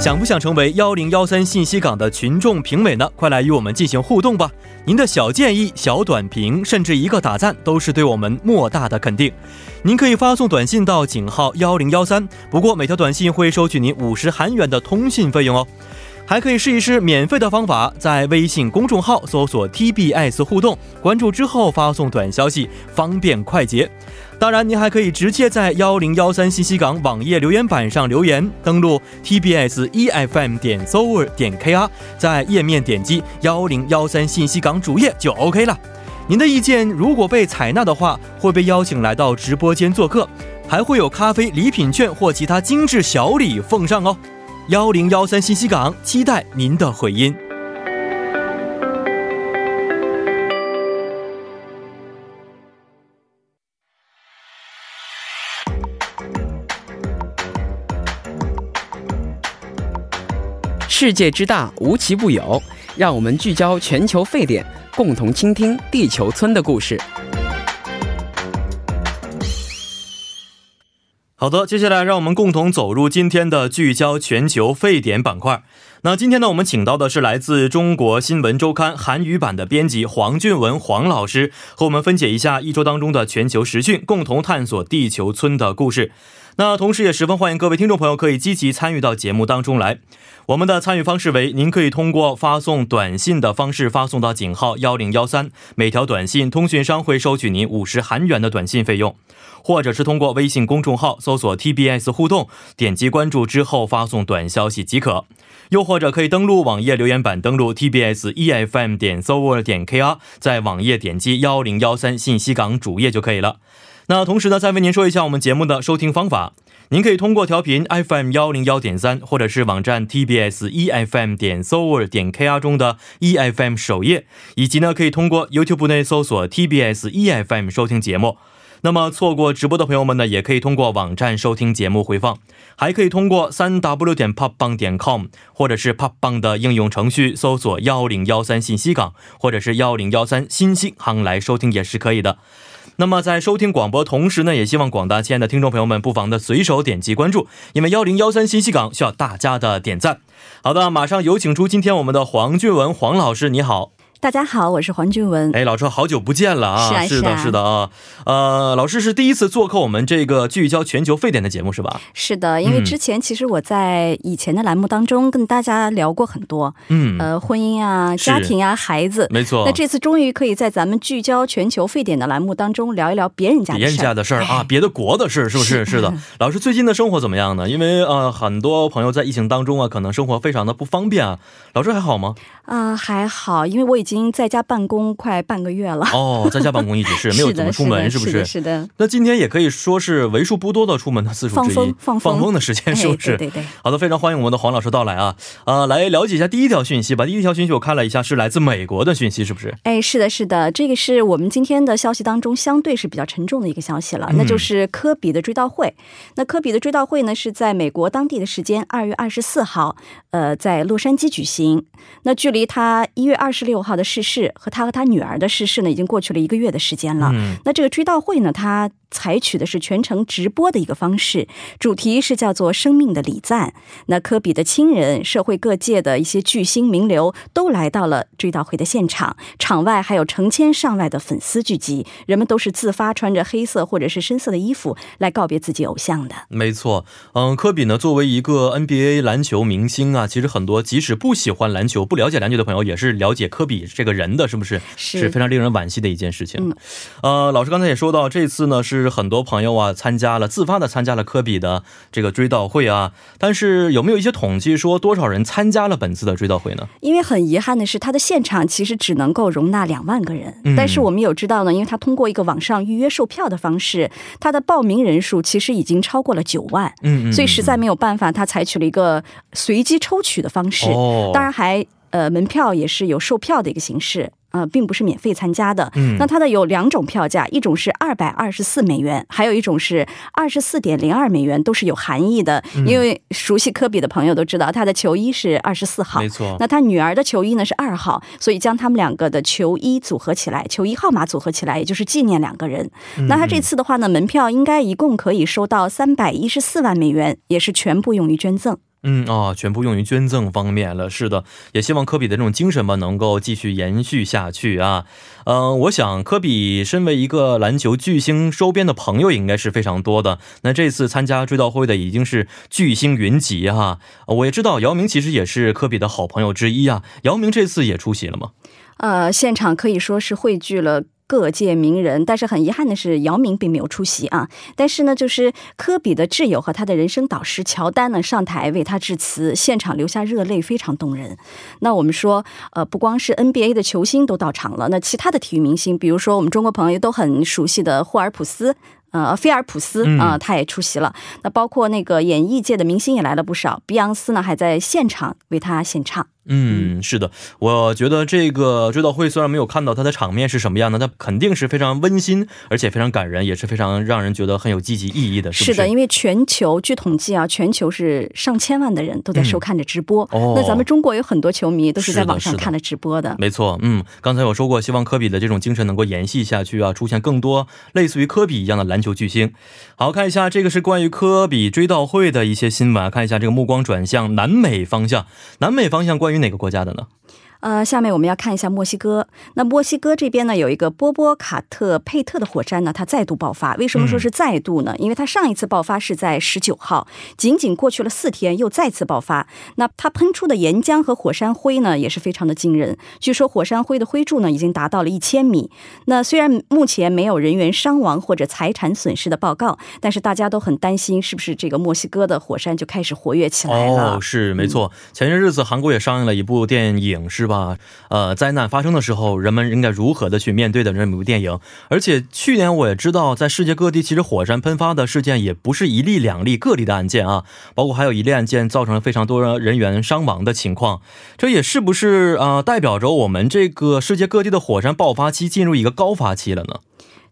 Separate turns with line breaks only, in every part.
想不想成为幺零幺三信息港的群众评委呢？快来与我们进行互动吧！您的小建议、小短评，甚至一个打赞，都是对我们莫大的肯定。您可以发送短信到井号幺零幺三，不过每条短信会收取您五十韩元的通信费用哦。还可以试一试免费的方法，在微信公众号搜索 TBS 互动，关注之后发送短消息，方便快捷。当然，您还可以直接在幺零幺三信息港网页留言板上留言，登录 tbs efm E 点 s o u r 点 kr，在页面点击幺零幺三信息港主页就 OK 了。您的意见如果被采纳的话，会被邀请来到直播间做客，还会有咖啡、礼品券或其他精致小礼奉上哦。幺零幺三信息港，期待您的回音。
世界之大，无奇不有。让我们聚焦全球沸点，共同倾听地球村的故事。
好的，接下来让我们共同走入今天的聚焦全球沸点板块。那今天呢，我们请到的是来自中国新闻周刊韩语版的编辑黄俊文黄老师，和我们分解一下一周当中的全球时讯，共同探索地球村的故事。那同时也十分欢迎各位听众朋友可以积极参与到节目当中来。我们的参与方式为：您可以通过发送短信的方式发送到井号幺零幺三，每条短信通讯商会收取您五十韩元的短信费用；或者是通过微信公众号搜索 TBS 互动，点击关注之后发送短消息即可；又或者可以登录网页留言板，登录 TBS EFM 点 s o u r 点 KR，在网页点击幺零幺三信息港主页就可以了。那同时呢，再为您说一下我们节目的收听方法。您可以通过调频 FM 幺零幺点三，或者是网站 TBS EFM 点 s o u r 点 KR 中的 EFM 首页，以及呢，可以通过 YouTube 内搜索 TBS EFM 收听节目。那么错过直播的朋友们呢，也可以通过网站收听节目回放，还可以通过三 w 点 p o p b a n g 点 com 或者是 p o p b a n g 的应用程序搜索幺零幺三信息港，或者是幺零幺三新星行来收听也是可以的。那么在收听广播同时呢，也希望广大亲爱的听众朋友们不妨的随手点击关注，因为幺零幺三信息港需要大家的点赞。好的，马上有请出今天我们的黄俊文黄老师，你好。
大家好，我是黄俊 文。
哎，老师，好久不见了啊！
是啊
是的，
是啊
是的啊。呃，老师是第一次做客我们这个聚焦全球沸点的节目是吧？
是的，因为之前其实我在以前的栏目当中跟大家聊过很多，
嗯，
呃，婚姻啊、
是嗯哦
家庭啊、孩子。
没错。
那这次终于可以在咱们聚焦全球沸点的栏目当中聊一聊别人家的
别人
事哎啊
家
儿。
的事儿啊，别的国的事儿，是不是？是的，老师最近的生活怎么样呢？因为呃，很多朋友在疫情当中啊，可能生活非常的不方便啊。老师还好 吗？
啊、还好，因为我已经在家办公快半个月了。
哦，在家办公一直是没有
是
怎么
的，
出门，
是
是
的
不
是的，
是？
是的。
那今天也可以说是为数不多的出门的次数之一，
放风放风
的时间， 是
哎
不是？
对对对。
好的，非常欢迎我们的黄老师到来啊！呃，来了解一下第一条讯息吧。第一条讯息我看了一下，是来自美国的讯息，是不是？
哎，是的，是的，这个是我们今天的消息当中相对是比较沉重的一个消息了，那就是科比的追悼会。那科比的追悼会呢是在美国当地的时间二月二十四号，呃，在洛杉矶举行。那距离他一月二十六号的逝世和他和他女儿的逝世呢，已经过去了一个月的时间了。
嗯，
那这个追悼会呢，它采取的是全程直播的一个方式，主题是叫做“生命的礼赞”。那科比的亲人、社会各界的一些巨星名流都来到了追悼会的现场，场外还有成千上万的粉丝聚集，人们都是自发穿着黑色或者是深色的衣服来告别自己偶像的。
没错。嗯，科比呢，作为一个 NBA 篮球明星啊，其实很多即使不喜欢篮球、不了解篮球的朋友，也是了解科比这个人的，是不是？
是
非常令人惋惜的一件事情。
嗯
呃，老师刚才也说到，这次呢是很多朋友啊参加了自发的参加了科比的这个追悼会啊，但是有没有一些统计说多少人参加了本次的追悼会呢？
因为很遗憾的是，它的现场其实只能够容纳两万个人、
嗯
但是我们有知道呢，因为它通过一个网上预约售票的方式，它的报名人数其实已经超过了九万。
嗯嗯，
所以实在没有办法，他采取了一个随机抽取的方式。
哦，
当然还呃，门票也是有售票的一个形式。呃，并不是免费参加的。
嗯
那它的有两种票价，一种是二百二十四美元，还有一种是二十四点零二美元，都是有含义的。
嗯
因为熟悉科比的朋友都知道，他的球衣是二十四号
没，错，
那他女儿的球衣呢是二号，所以将他们两个的球衣组合起来，球衣号码组合起来，也就是纪念两个人。那他这次的话呢，门票应该一共可以收到三百一十四万美元，也是全部用于捐赠。
嗯啊，全部用于捐赠方面了。是的，也希望科比的这种精神吧，能够继续延续下去啊。嗯、我想科比身为一个篮球巨星，周边的朋友也应该是非常多的。那这次参加追悼会的已经是巨星云集哈、呃我也知道姚明其实也是科比的好朋友之一啊。姚明这次也出席了吗？
呃，现场可以说是汇聚了。各界名人，但是很遗憾的是，姚明并没有出席啊。但是呢，就是科比的挚友和他的人生导师乔丹呢上台为他致辞，现场流下热泪，非常动人。那我们说，呃，不光是 NBA 的球星都到场了，那其他的体育明星，比如说我们中国朋友都很熟悉的霍尔普斯。呃，菲尔普斯
嗯
啊、他也出席了。那包括那个演艺界的明星也来了不少，碧昂斯呢还在现场为他献唱。
嗯，是的，我觉得这个追悼会虽然没有看到它的场面是什么样的，但肯定是非常温馨，而且非常感人，也是非常让人觉得很有积极意义的，是不是？
的，因为全球据统计啊，全球是上千万的人都在收看着直播。
嗯哦
那咱们中国有很多球迷都是在网上
是的是的
看了直播的。
没错，嗯，刚才有说过，希望科比的这种精神能够延续下去啊，出现更多类似于科比一样的篮球巨星。好看一下，这个是关于科比追悼会的一些新闻啊，看一下这个目光转向南美方向，南美方向关于哪个国家的呢？
呃，下面我们要看一下墨西哥。那墨西哥这边呢，有一个波波卡特佩特的火山呢，它再度爆发。为什么说是再度呢？因为它上一次爆发是在十九号，仅仅过去了四天，又再次爆发。那它喷出的岩浆和火山灰呢，也是非常的惊人。据说火山灰的灰柱呢，已经达到了一千米。那虽然目前没有人员伤亡或者财产损失的报告，但是大家都很担心，是不是这个墨西哥的火山就开始活跃起来了？
哦，是没错。前些日子韩国也上映了一部电影，是吧？呃，灾难发生的时候，人们应该如何的去面对的这么一部电影。而且去年我也知道，在世界各地，其实火山喷发的事件也不是一例两例个例的案件啊，包括还有一例案件造成了非常多人人员伤亡的情况。这也是不是啊、呃代表着我们这个世界各地的火山爆发期进入一个高发期了呢？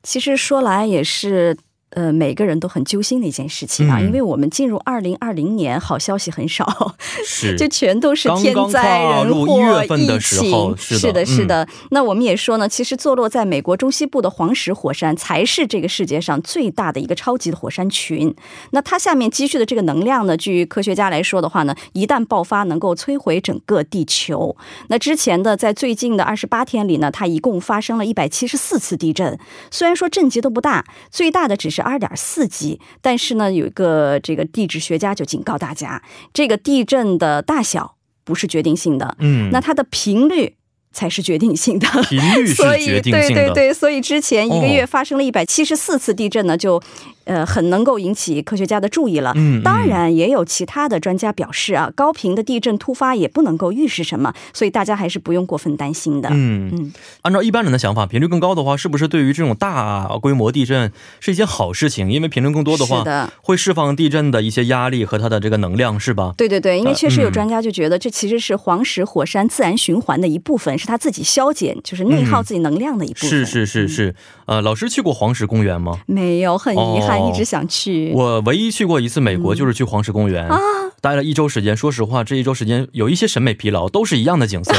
其实说来也是。呃，每个人都很揪心的一件事情啊，
嗯
因为我们进入二零二零年，好消息很少，
是，
这全都是天灾
刚刚跨
人
入
祸、
一月份的
疫
时候
情。
是
是
的
的，
嗯
是的。那我们也说呢，其实坐落在美国中西部的黄石火山才是这个世界上最大的一个超级的火山群。那它下面积蓄的这个能量呢，据科学家来说的话呢，一旦爆发，能够摧毁整个地球。那之前的在最近的二十八天里呢，它一共发生了一百七十四次地震，虽然说震级都不大，最大的只是二点四级，但是呢，有一个这个地质学家就警告大家，这个地震的大小不是决定性的，
嗯，
那它的频率才是决定性的。
频 率是
所以，
决定
对
性的。
对对，所以之前一个
哦
月发生了一百七十四次地震呢，就，呃，很能够引起科学家的注意了。
嗯嗯
当然也有其他的专家表示啊，高频的地震突发也不能够预示什么，所以大家还是不用过分担心的。
嗯
嗯，
按照一般人的想法，频率更高的话，是不是对于这种大规模地震是一件好事情？因为频率更多的话，
是的
会释放地震的一些压力和它的这个能量，是吧？
对对对，因为确实
嗯
有专家就觉得这其实是黄石火山自然循环的一部分，是它自己消减，就是内耗自己能量的一部分。
嗯
嗯
是是是是，呃，老师去过黄石公园吗？
没有，很遗憾，
哦
一直想去。嗯啊
我唯一去过一次美国，就是去黄石公园、待了一周时间。说实话，这一周时间有一些审美疲劳，都是一样的景 色，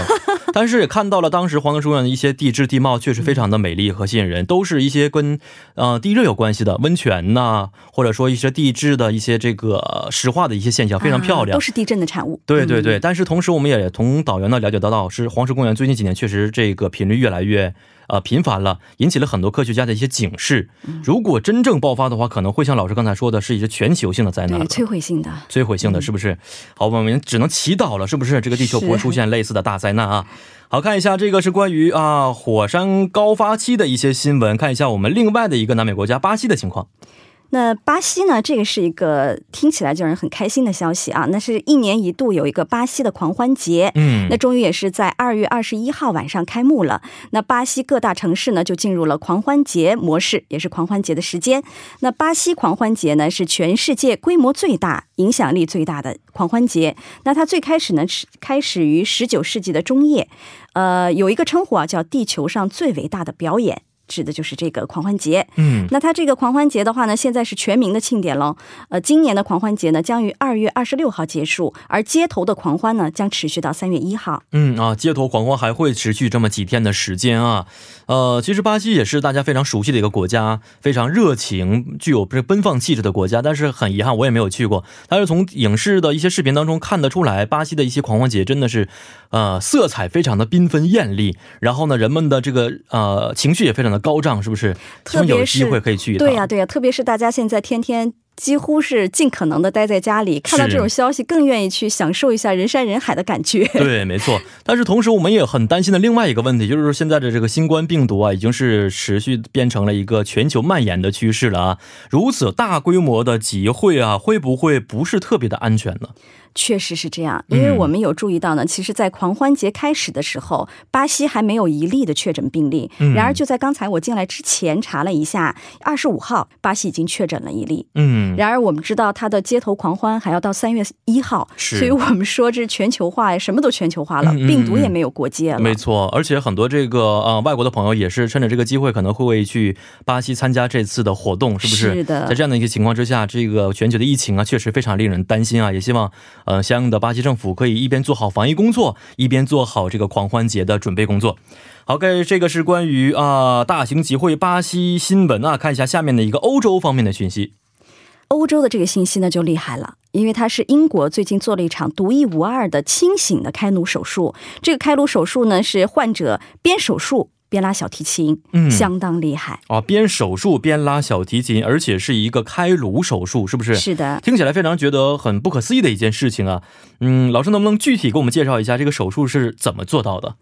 但是也看到了当时黄石公园的一些地质地貌，确实非常的美丽和吸引人，都是一些跟呃地热有关系的温泉呐、或者说一些地质的一些这个呃石化的一些现象，非常漂亮。
啊都是地震的产物。
对对
嗯
对，但是同时我们也从导游那了解得到，是黄石公园最近几年确实这个频率越来越呃频繁了，引起了很多科学家的一些警示。
嗯
如果真正爆发的话，可能会像老师刚才说的，是一些全球性的灾难
对嗯
了。
摧毁性的。
摧毁性的是不是？好，我们只能祈祷了，是不是？这个地球不会出现类似的大灾难啊！好看一下，这个是关于啊火山高发期的一些新闻，看一下我们另外的一个南美国家巴西的情况。
那巴西呢？这个是一个听起来就让人很开心的消息啊！那是一年一度有一个巴西的狂欢节，
嗯
那终于也是在二月二十一号晚上开幕了。那巴西各大城市呢就进入了狂欢节模式，也是狂欢节的时间。那巴西狂欢节呢是全世界规模最大、影响力最大的狂欢节。那它最开始呢是开始于十九世纪的中叶，呃，有一个称呼啊叫“地球上最伟大的表演”。指的就是这个狂欢节。
嗯，
那它这个狂欢节的话呢，现在是全民的庆典喽。呃，今年的狂欢节呢，将于二月二十六号结束，而街头的狂欢呢，将持续到三月一号。
嗯啊，街头狂欢还会持续这么几天的时间啊。呃，其实巴西也是大家非常熟悉的一个国家，非常热情、具有这奔放气质的国家。但是很遗憾，我也没有去过。但是从影视的一些视频当中看得出来，巴西的一些狂欢节真的是，呃，色彩非常的缤纷艳丽。然后呢，人们的这个呃情绪也非常的高涨，是不是？希
特
望有
别是
机会可以去一趟。
对呀、对呀、特别是大家现在天天。几乎是尽可能的待在家里，看到这种消息更愿意去享受一下人山人海的感觉。
对，没错。但是同时，我们也很担心的另外一个问题，就是说现在的这个新冠病毒啊，已经是持续变成了一个全球蔓延的趋势了啊。如此大规模的集会啊，会不会不是特别的安全呢？
确实是这样，因为
嗯
我们有注意到呢，其实，在狂欢节开始的时候，巴西还没有一例的确诊病例。
嗯
然而，就在刚才我进来之前查了一下，二十五号巴西已经确诊了一例。
嗯，
然而，我们知道它的街头狂欢还要到三月一号，
是
所以我们说这全球化，什么都全球化了，
嗯嗯嗯
病毒也没有国界了。
没错。而且很多这个呃外国的朋友也是趁着这个机会，可能会去巴西参加这次的活动，是不是？
是的
在这样的一个情况之下，这个全球的疫情啊，确实非常令人担心啊。也希望呃相应的巴西政府可以一边做好防疫工作，一边做好这个狂欢节的准备工作。好，OK，这个是关于啊、大型集会巴西新闻啊，看一下下面的一个欧洲方面的讯息。
欧洲的这个信息呢就厉害了，因为它是英国最近做了一场独一无二的清醒的开颅手术。这个开颅手术呢是患者边手术边拉小提琴，
嗯
相当厉害。
啊，边手术边拉小提琴，而且是一个开颅手术，是不是？
是的，
听起来非常觉得很不可思议的一件事情啊。嗯，老师能不能具体给我们介绍一下这个手术是怎么做到的？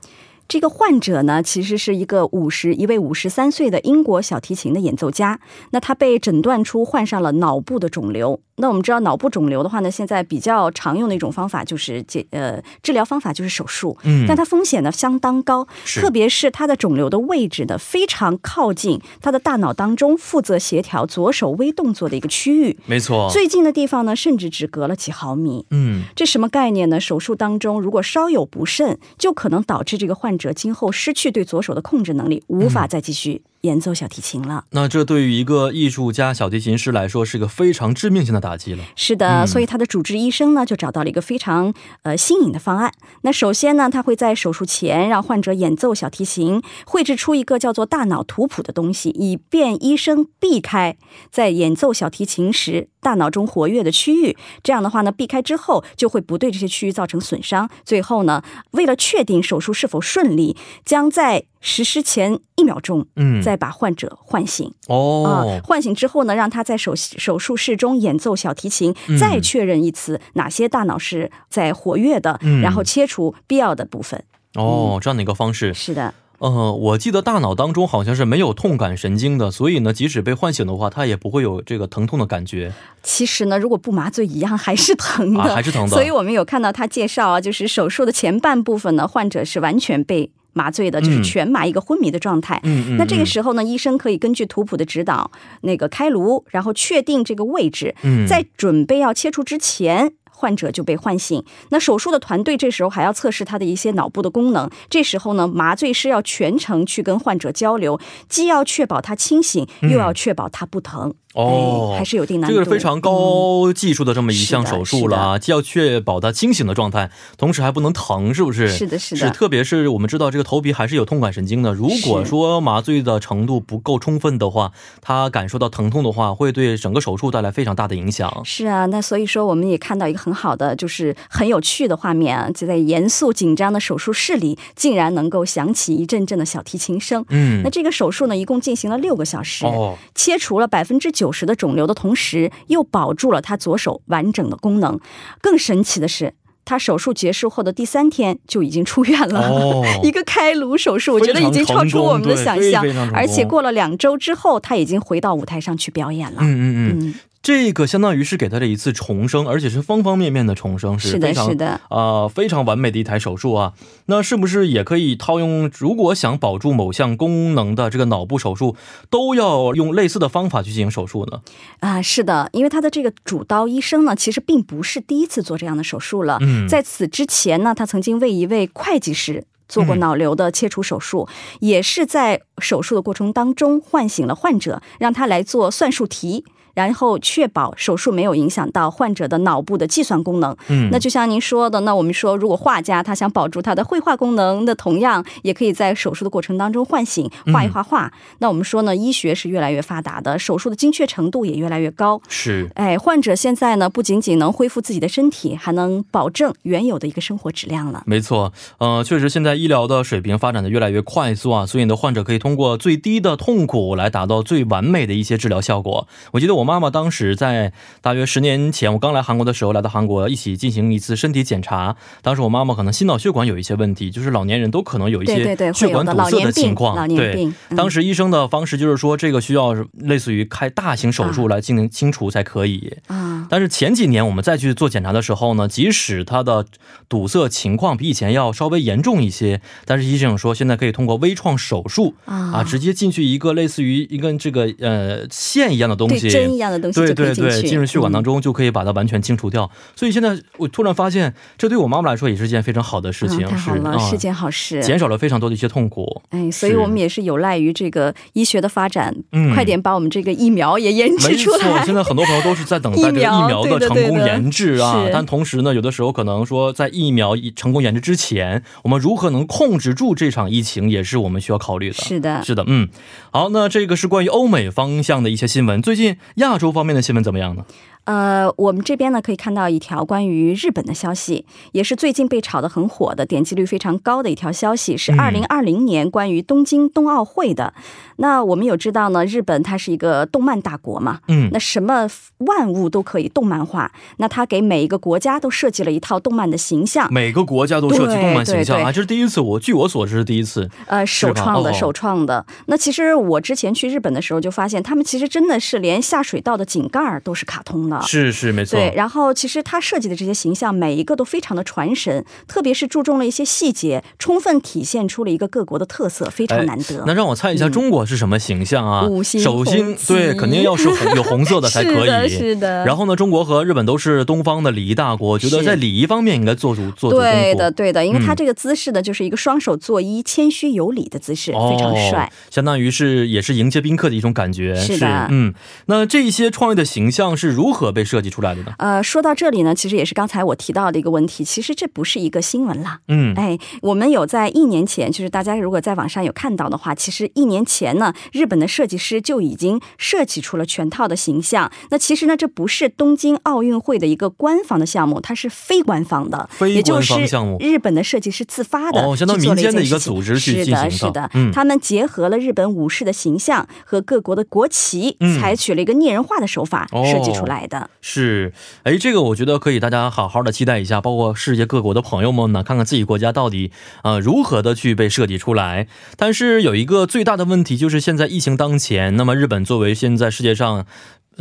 这个患者呢其实是一个五十一位五十三岁的英国小提琴的演奏家。那他被诊断出患上了脑部的肿瘤。那我们知道脑部肿瘤的话呢，现在比较常用的一种方法就是解呃治疗方法就是手术。
嗯
但它风险呢相当高，
是
特别是它的肿瘤的位置呢非常靠近它的大脑当中负责协调左手微动作的一个区域，
没错，
最近的地方呢甚至只隔了几毫米。
哦嗯
这什么概念呢？手术当中如果稍有不慎，就可能导致这个患者今后失去对左手的控制能力，无法再继续演奏小提琴了。
那这对于一个艺术家、小提琴师来说是个非常致命性的打击了。
是的，
嗯
所以他的主治医生呢就找到了一个非常呃新颖的方案。那首先呢，他会在手术前让患者演奏小提琴，绘制出一个叫做大脑图谱的东西，以便医生避开在演奏小提琴时大脑中活跃的区域。这样的话呢，避开之后就会不对这些区域造成损伤。最后呢，为了确定手术是否顺利，将在实施前一秒钟
嗯，
再把患者唤醒。啊、
哦，
唤醒之后呢，让他在手手术室中演奏小提琴，
嗯
再确认一次哪些大脑是在活跃的，
嗯
然后切除必要的部分。
哦，这样的一个方式。
是的，
呃，我记得大脑当中好像是没有痛感神经的，所以呢，即使被唤醒的话，它也不会有这个疼痛的感觉
其实呢，如果不麻醉一样还是疼的，
啊，还是疼的。
嗯所以我们有看到他介绍啊，就是手术的前半部分呢，患者是完全被麻醉的，就是
嗯
全麻一个昏迷的状态。
嗯嗯，
那这个
嗯
时候呢，医生可以根据图谱的指导，那个开颅，然后确定这个位置，
嗯，
在准备要切除之前。患者就被唤醒，那手术的团队这时候还要测试他的一些脑部的功能。这时候呢，麻醉师要全程去跟患者交流，既要确保他清醒，
嗯
又要确保他不疼。
哦
哎，还是有一定难
这
度。
个是非常
嗯
高技术的这么一项手术了
是
啊，既要确保他清醒的状态，同时还不能疼，是不是？
是的是的
特别是我们知道这个头皮还是有痛感神经的，如果
是
说麻醉的程度不够充分的话，他感受到疼痛的话，会对整个手术带来非常大的影响。
是啊，那所以说我们也看到一个很好的，就是很有趣的画面啊，就在严肃紧张的手术室里，竟然能够响起一阵阵的小提琴声。
嗯
那，这个手术呢，一共进行了六个小时。
哦，
切除了百分之九十的肿瘤的同时，又保住了他左手完整的功能。更神奇的是，他手术结束后的第三天就已经出院了。
哦
一个开颅手术，我觉得已经超出我们的想
非常成功对非
象
常成，功
而且过了两周之后，他已经回到舞台上去表演了。
嗯嗯嗯，
嗯，
这个相当于是给他的一次重生，而且是方方面面的重生，
是
非
的，
常
是的。
啊、非常完美的一台手术啊。那是不是也可以套用？如果想保住某项功能的这个脑部手术，都要用类似的方法去进行手术呢？
啊，是的，因为他的这个主刀医生呢，其实并不是第一次做这样的手术了。
嗯
在此之前呢，他曾经为一位会计师做过脑瘤的切除手术，也是在手术的过程当中唤醒了患者，让他来做算术题。然后确保手术没有影响到患者的脑部的计算功能。
嗯，
那就像您说的，那我们说，如果画家他想保住他的绘画功能，那同样也可以在手术的过程当中唤醒
嗯
画一画画。那我们说呢，医学是越来越发达的，手术的精确程度也越来越高。
是
哎，患者现在呢，不仅仅能恢复自己的身体，还能保证原有的一个生活质量了。
没错，呃，确实现在医疗的水平发展的越来越快速啊，所以呢，患者可以通过最低的痛苦来达到最完美的一些治疗效果。我记得我妈妈当时在大约十年前，我刚来韩国的时候，来到韩国一起进行一次身体检查，当时我妈妈可能心脑血管有一些问题，就是老年人都可能有一
对
些
对对，
血
会有
管
的
堵
老
塞
年
情
病，
况，
老年病。嗯
当时医生的方式就是说，这个需要类似于开大型手术来进行清除才可以。
啊，
但是前几年我们再去做检查的时候呢，即使它的堵塞情况比以前要稍微严重一些，但是医生说现在可以通过微创手术
啊
啊，直接进去一个类似于一根这个呃线一样的东
对
西，
针一样的东西
对
就可
对
以进去，
对，进入血管
嗯
当中就可以把它完全清除掉。所以现在我突然发现，这对我妈妈来说也是件非常好的事情，
啊、太好
是
了，
啊
是件好事。
减少了非常多的一些痛苦。
哎，所以我们也是有赖于这个医学的发展，
嗯
快点把我们这个疫苗也研
没
制出
错，
来。
现在很多朋友都是在等待这个疫苗的成功研制
疫苗对的
啊
对的是，
但同时呢，有的时候可能说，在疫苗成功研制之前，我们如何能控制住这场疫情，也是我们需要考虑的。
是的，
是的，嗯，好，那这个是关于欧美方向的一些新闻。最近亚洲方面的新闻怎么样呢？
呃，我们这边呢可以看到一条关于日本的消息，也是最近被炒得很火的，点击率非常高的一条消息，是
嗯
二零二零年关于东京冬奥会的。那我们有知道呢，日本它是一个动漫大国嘛，
嗯
那什么万物都可以动漫化，那它给每一个国家都设计了一套动漫的形象，
每个国家都涉及动漫形象
对对
啊，这是第一次，我据我所知是第一次。
呃，首创的，
哦
首创的。那其实我之前去日本的时候就发现，他们其实真的是连下水道的井盖儿都是卡通的。
是是，没错。
对，然后其实他设计的这些形象，每一个都非常的传神，特别是注重了一些细节，充分体现出了一个各国的特色，非常难得。
哎那让我猜一下，中国是什么形象啊？
嗯五星
首星
红旗
对，肯定要是红有红色的才可以。
是的是的
然后呢，中国和日本都是东方的礼仪大国，觉得
呃是
在礼仪方面应该做足做足功夫。
对的，对的，因为他
嗯
这个姿势呢，就是一个双手作揖、谦虚有礼的姿势，非常帅。
哦，相当于是也是迎接宾客的一种感觉。
是的
嗯，那这些创意的形象是如何被设计出来的呢？
呃，说到这里呢，其实也是刚才我提到的一个问题，其实这不是一个新闻啦，
嗯，
哎，我们有在一年前，就是大家如果在网上有看到的话，其实一年前呢，日本的设计师就已经设计出了全套的形象。那其实呢，这不是东京奥运会的一个官方的项目，它是非官方的，
非
也就
官
是
方项目
日本的设计师自发的，
哦相当于
去做了
民间的一个
件事情
组织去进行的
是的，是的、
嗯
他们结合了日本武士的形象和各国的国旗，
嗯
采取了一个拟人化的手法、
哦
设计出来的。
是，哎，这个我觉得可以，大家好好的期待一下，包括世界各国的朋友们呢，看看自己国家到底呃如何的去被设计出来。但是有一个最大的问题就是，现在疫情当前，那么日本作为现在世界上。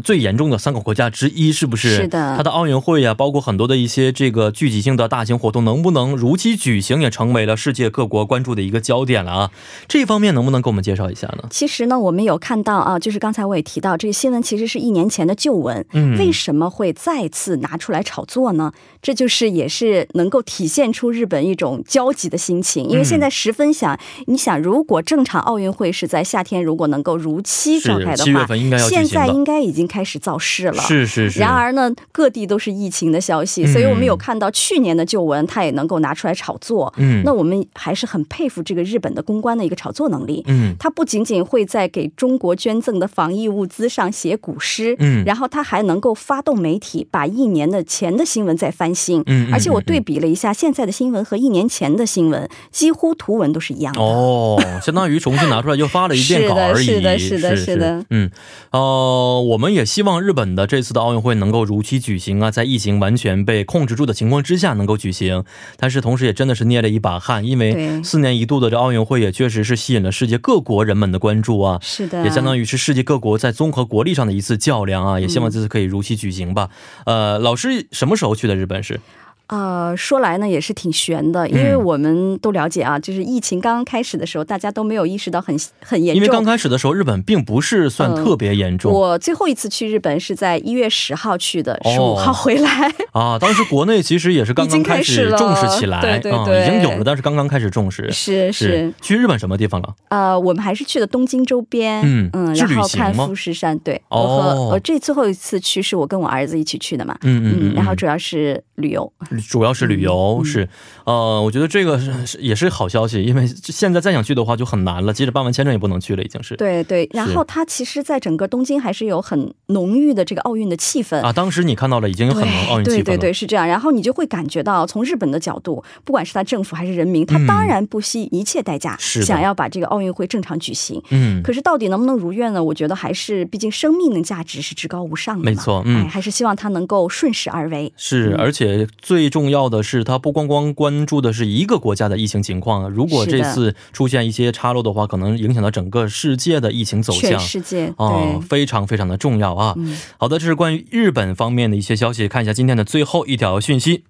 最严重的三个国家之一，是不是？
是的
它的奥运会啊，包括很多的一些这个聚集性的大型活动，能不能如期举行，也成为了世界各国关注的一个焦点了啊。这方面能不能给我们介绍一下呢？
其实呢，我们有看到啊，就是刚才我也提到，这个新闻其实是一年前的旧闻，
嗯
为什么会再次拿出来炒作呢？这就是也是能够体现出日本一种焦急的心情，因为
嗯
现在十分想，你想，如果正常奥运会是在夏天，如果能够如期召开
是
的
七月
话，
份应该要举行
现
的，
在应该已经开始造势了。
是是是。
然而呢，各地都是疫情的消息，所以我们有看到去年的旧闻，它也能够拿出来炒作。
嗯
那我们还是很佩服这个日本的公关的一个炒作能力。
嗯，
他不仅仅会在给中国捐赠的防疫物资上写古诗，
嗯
然后他还能够发动媒体把一年的前的新闻再翻新，
嗯嗯
而且我对比了一下现在的新闻和一年前的新闻，几乎图文都是一样的。
哦，相当于重新拿出来又发了一遍稿而已。
是的是的是的是的
嗯，呃，我们也希望日本的这次的奥运会能够如期举行啊，在疫情完全被控制住的情况之下能够举行。但是同时也真的是捏了一把汗，因为
对
四年一度的这奥运会也确实是吸引了世界各国人们的关注啊。
是的，
也相当于是世界各国在综合国力上
嗯
的一次较量啊，也希望这次可以如期举行吧。呃，老师什么时候去的日本是？
呃，说来呢也是挺悬的，因
嗯
为我们都了解啊，就是疫情刚刚开始的时候，大家都没有意识到很很严
因为
重嗯
刚。开始的时候，日本并不是算特别严重、
我最后一次去日本是在一月十号去的，
哦
十五号回来。
啊。当时国内其实也是刚刚开始重视起来，
已经开始了对对对
嗯，已经有了，但是刚刚开始重视。
是是，
去日本什么地方了？
呃，我们还是去的东京周边，
嗯是
然后
旅行
看
吗
富士山。对，
哦
我和我这最后一次去是我跟我儿子一起去的嘛，
嗯嗯嗯，
然后主要是旅游，
主要是旅游、
嗯
是，呃，我觉得这个是是也是好消息，因为现在再想去的话就很难了，即使办完签证也不能去了，已经是。
对对。然后它其实，在整个东京还是有很浓郁的这个奥运的气氛。
啊，当时你看到了已经有很嗯浓奥运气氛
对
了，
对对，是这样。然后你就会感觉到，从日本的角度，不管是他政府还是人民，他
嗯
当然不惜一切代价，
是的
想要把这个奥运会正常举行。
嗯，
可是到底能不能如愿呢？我觉得还是，毕竟生命的价值是至高无上的嘛。
没错嗯
哎，嗯还是希望它能够顺势而为。
是，而且最重要的是，它不光光关注的是一个国家的疫情情况，如果
是的
这次出现一些岔路的话，可能影响到整个世界的疫情走
全
向。
世界嗯对、
哦，非常非常的重要啊！好的，这是关于日本方面的一些消息，看一下今天的最后一条讯息。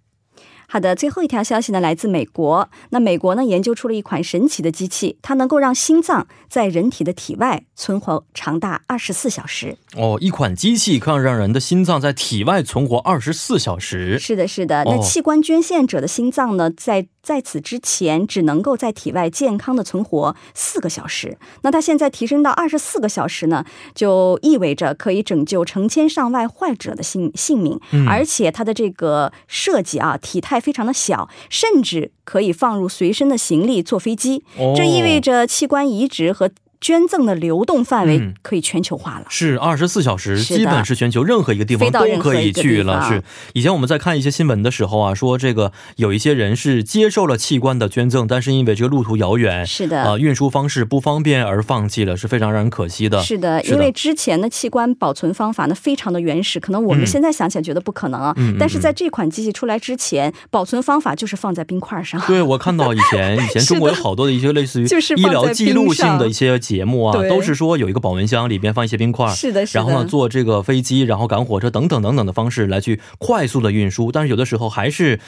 好的，最后一条消息呢，来自美国。那美国呢，研究出了一款神奇的机器，它能够让心脏在人体的体外存活长达二十四小时。
哦，一款机器可以让人的心脏在体外存活二十四小时。
是的，是的。
哦
那器官捐献者的心脏呢，在在此之前只能够在体外健康的存活四个小时。那它现在提升到二十四个小时呢，就意味着可以拯救成千上万患者的性性命。
嗯
而且它的这个设计啊，体态非常的小，甚至可以放入随身的行李坐飞机。
哦
这意味着器官移植和捐赠的流动范围
嗯
可以全球化了。
是二十四小时，
是的
基本是全球任何一个地方
飞到
都
任何
可以
一个
去
地
了。
方
是以前我们在看一些新闻的时候啊，说这个有一些人是接受了器官的捐赠，但是因为这个路途遥远，
是的，
啊、运输方式不方便而放弃了，是非常让人可惜的。
是的，
嗯是的
因为之前的器官保存方法呢非常的原始，可能我们
嗯
现在想起来觉得不可能啊，
嗯嗯
但是在这款机器出来之前，保存方法就是放在冰块 上。
对，我看到以前以 前中国有好多的一些类似于
就是
医
放
疗
在
记
冰
录性
上
的一些节目啊，
对
都是说有一个保温箱里 边放一些冰块，
是的，是的。
然后呢，坐这个飞机，然后赶火车等等等等的方式来去快速的运输，但是有的时候还是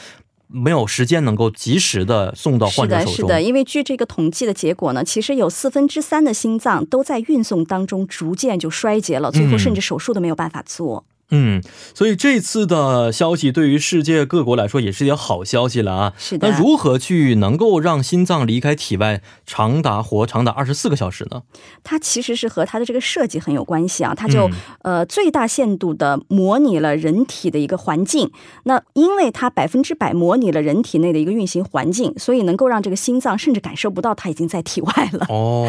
没有时间能够及时的送到
是
患者
的，
手
是
中。
的，因为据这个统计的结果呢，其实有四分之三的心脏都在运送当中逐渐就衰竭了，最后甚至手术都没有办法做。
嗯，所以这次的消息对于世界各国来说也是一条好消息了啊。
是的
那，如何去能够让心脏离开体外长达活长达二十四个小时呢？
它其实是和它的这个设计很有关系啊，它就、
嗯
呃最大限度的模拟了人体的一个环境。那因为它百分之百模拟了人体内的一个运行环境，所以能够让这个心脏甚至感受不到它已经在体外了。
哦，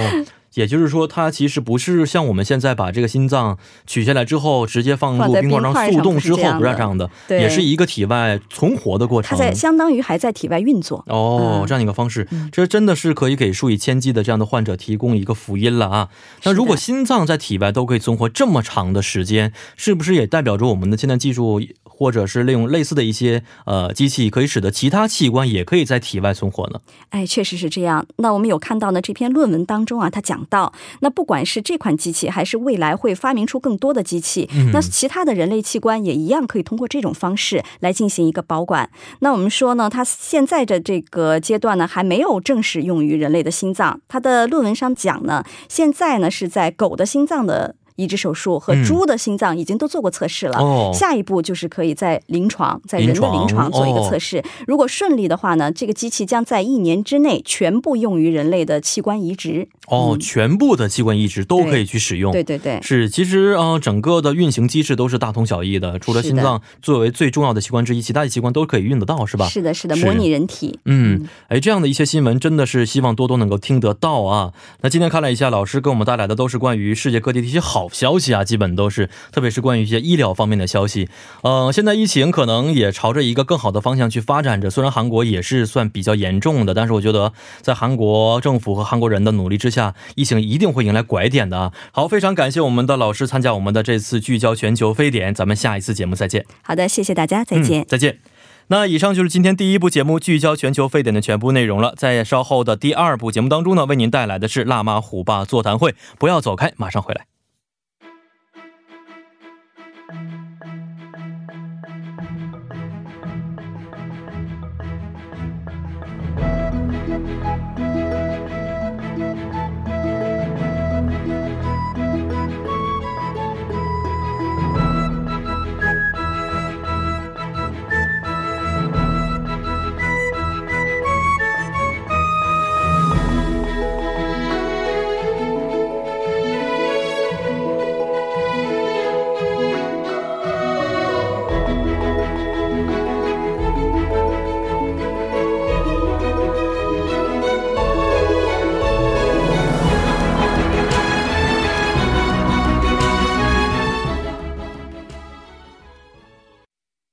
也就是说，它其实不是像我们现在把这个心脏取下来之后直接放入
放在
冰
冰
块上
块
速
上
冻
不是
之后，
这样
不是
的
这样的，
对
也是一个体外存活的过
它
程。
在相当于还在体外运作。
哦，
嗯
这样一个方式，这真的是可以给数以千计的这样的患者提供一个福音了啊！那如果心脏在体外都可以存活这么长的时间，是不是也代表着我们的现代技术，或者是利用类似的一些呃机器，可以使得其他器官也可以在体外存活呢？
哎，确实是这样。那我们有看到呢，这篇论文当中啊，它讲到，那不管是这款机器，还是未来会发明出更多的机器，
嗯
那其他的人类器官也一样可以通过这种方式来进行一个保管。那我们说呢，它现在的这个阶段呢，还没有正式用于人类的心脏。它的论文上讲呢，现在呢是在狗的心脏的。移植手术和
嗯
猪的心脏已经都做过测试了，
哦
下一步就是可以在临床，在人的
临
临
床
床做一个
哦
测试。如果顺利的话呢，这个机器将在一年之内全部用于人类的器官移植。
哦，全部的器官移植都可以去使用。
嗯对对对，
是，其实呃，整个的运行机制都是大同小异的，除了
是
心
的
脏作为最重要的器官之一，其他的器官都可以运得到，是吧？
是的，是的，
是
模拟人体。
嗯，哎，这样的一些新闻真的是希望多多能够听得到啊。那今天看了一下，老师给我们带来的都是关于世界各地的一些好消息啊，基本都是，特别是关于一些医疗方面的消息。呃，现在疫情可能也朝着一个更好的方向去发展着，虽然韩国也是算比较严重的，但是我觉得在韩国政府和韩国人的努力之下，疫情一定会迎来拐点的啊。好，非常感谢我们的老师参加我们的这次聚焦全球非典，咱们下一次节目再见。
好的，谢谢大家，再见。
嗯再见。那以上就是今天第一部节目聚焦全球沸点的全部内容了。在稍后的第二部节目当中呢，为您带来的是辣妈虎爸座谈会，不要走开，马上回来。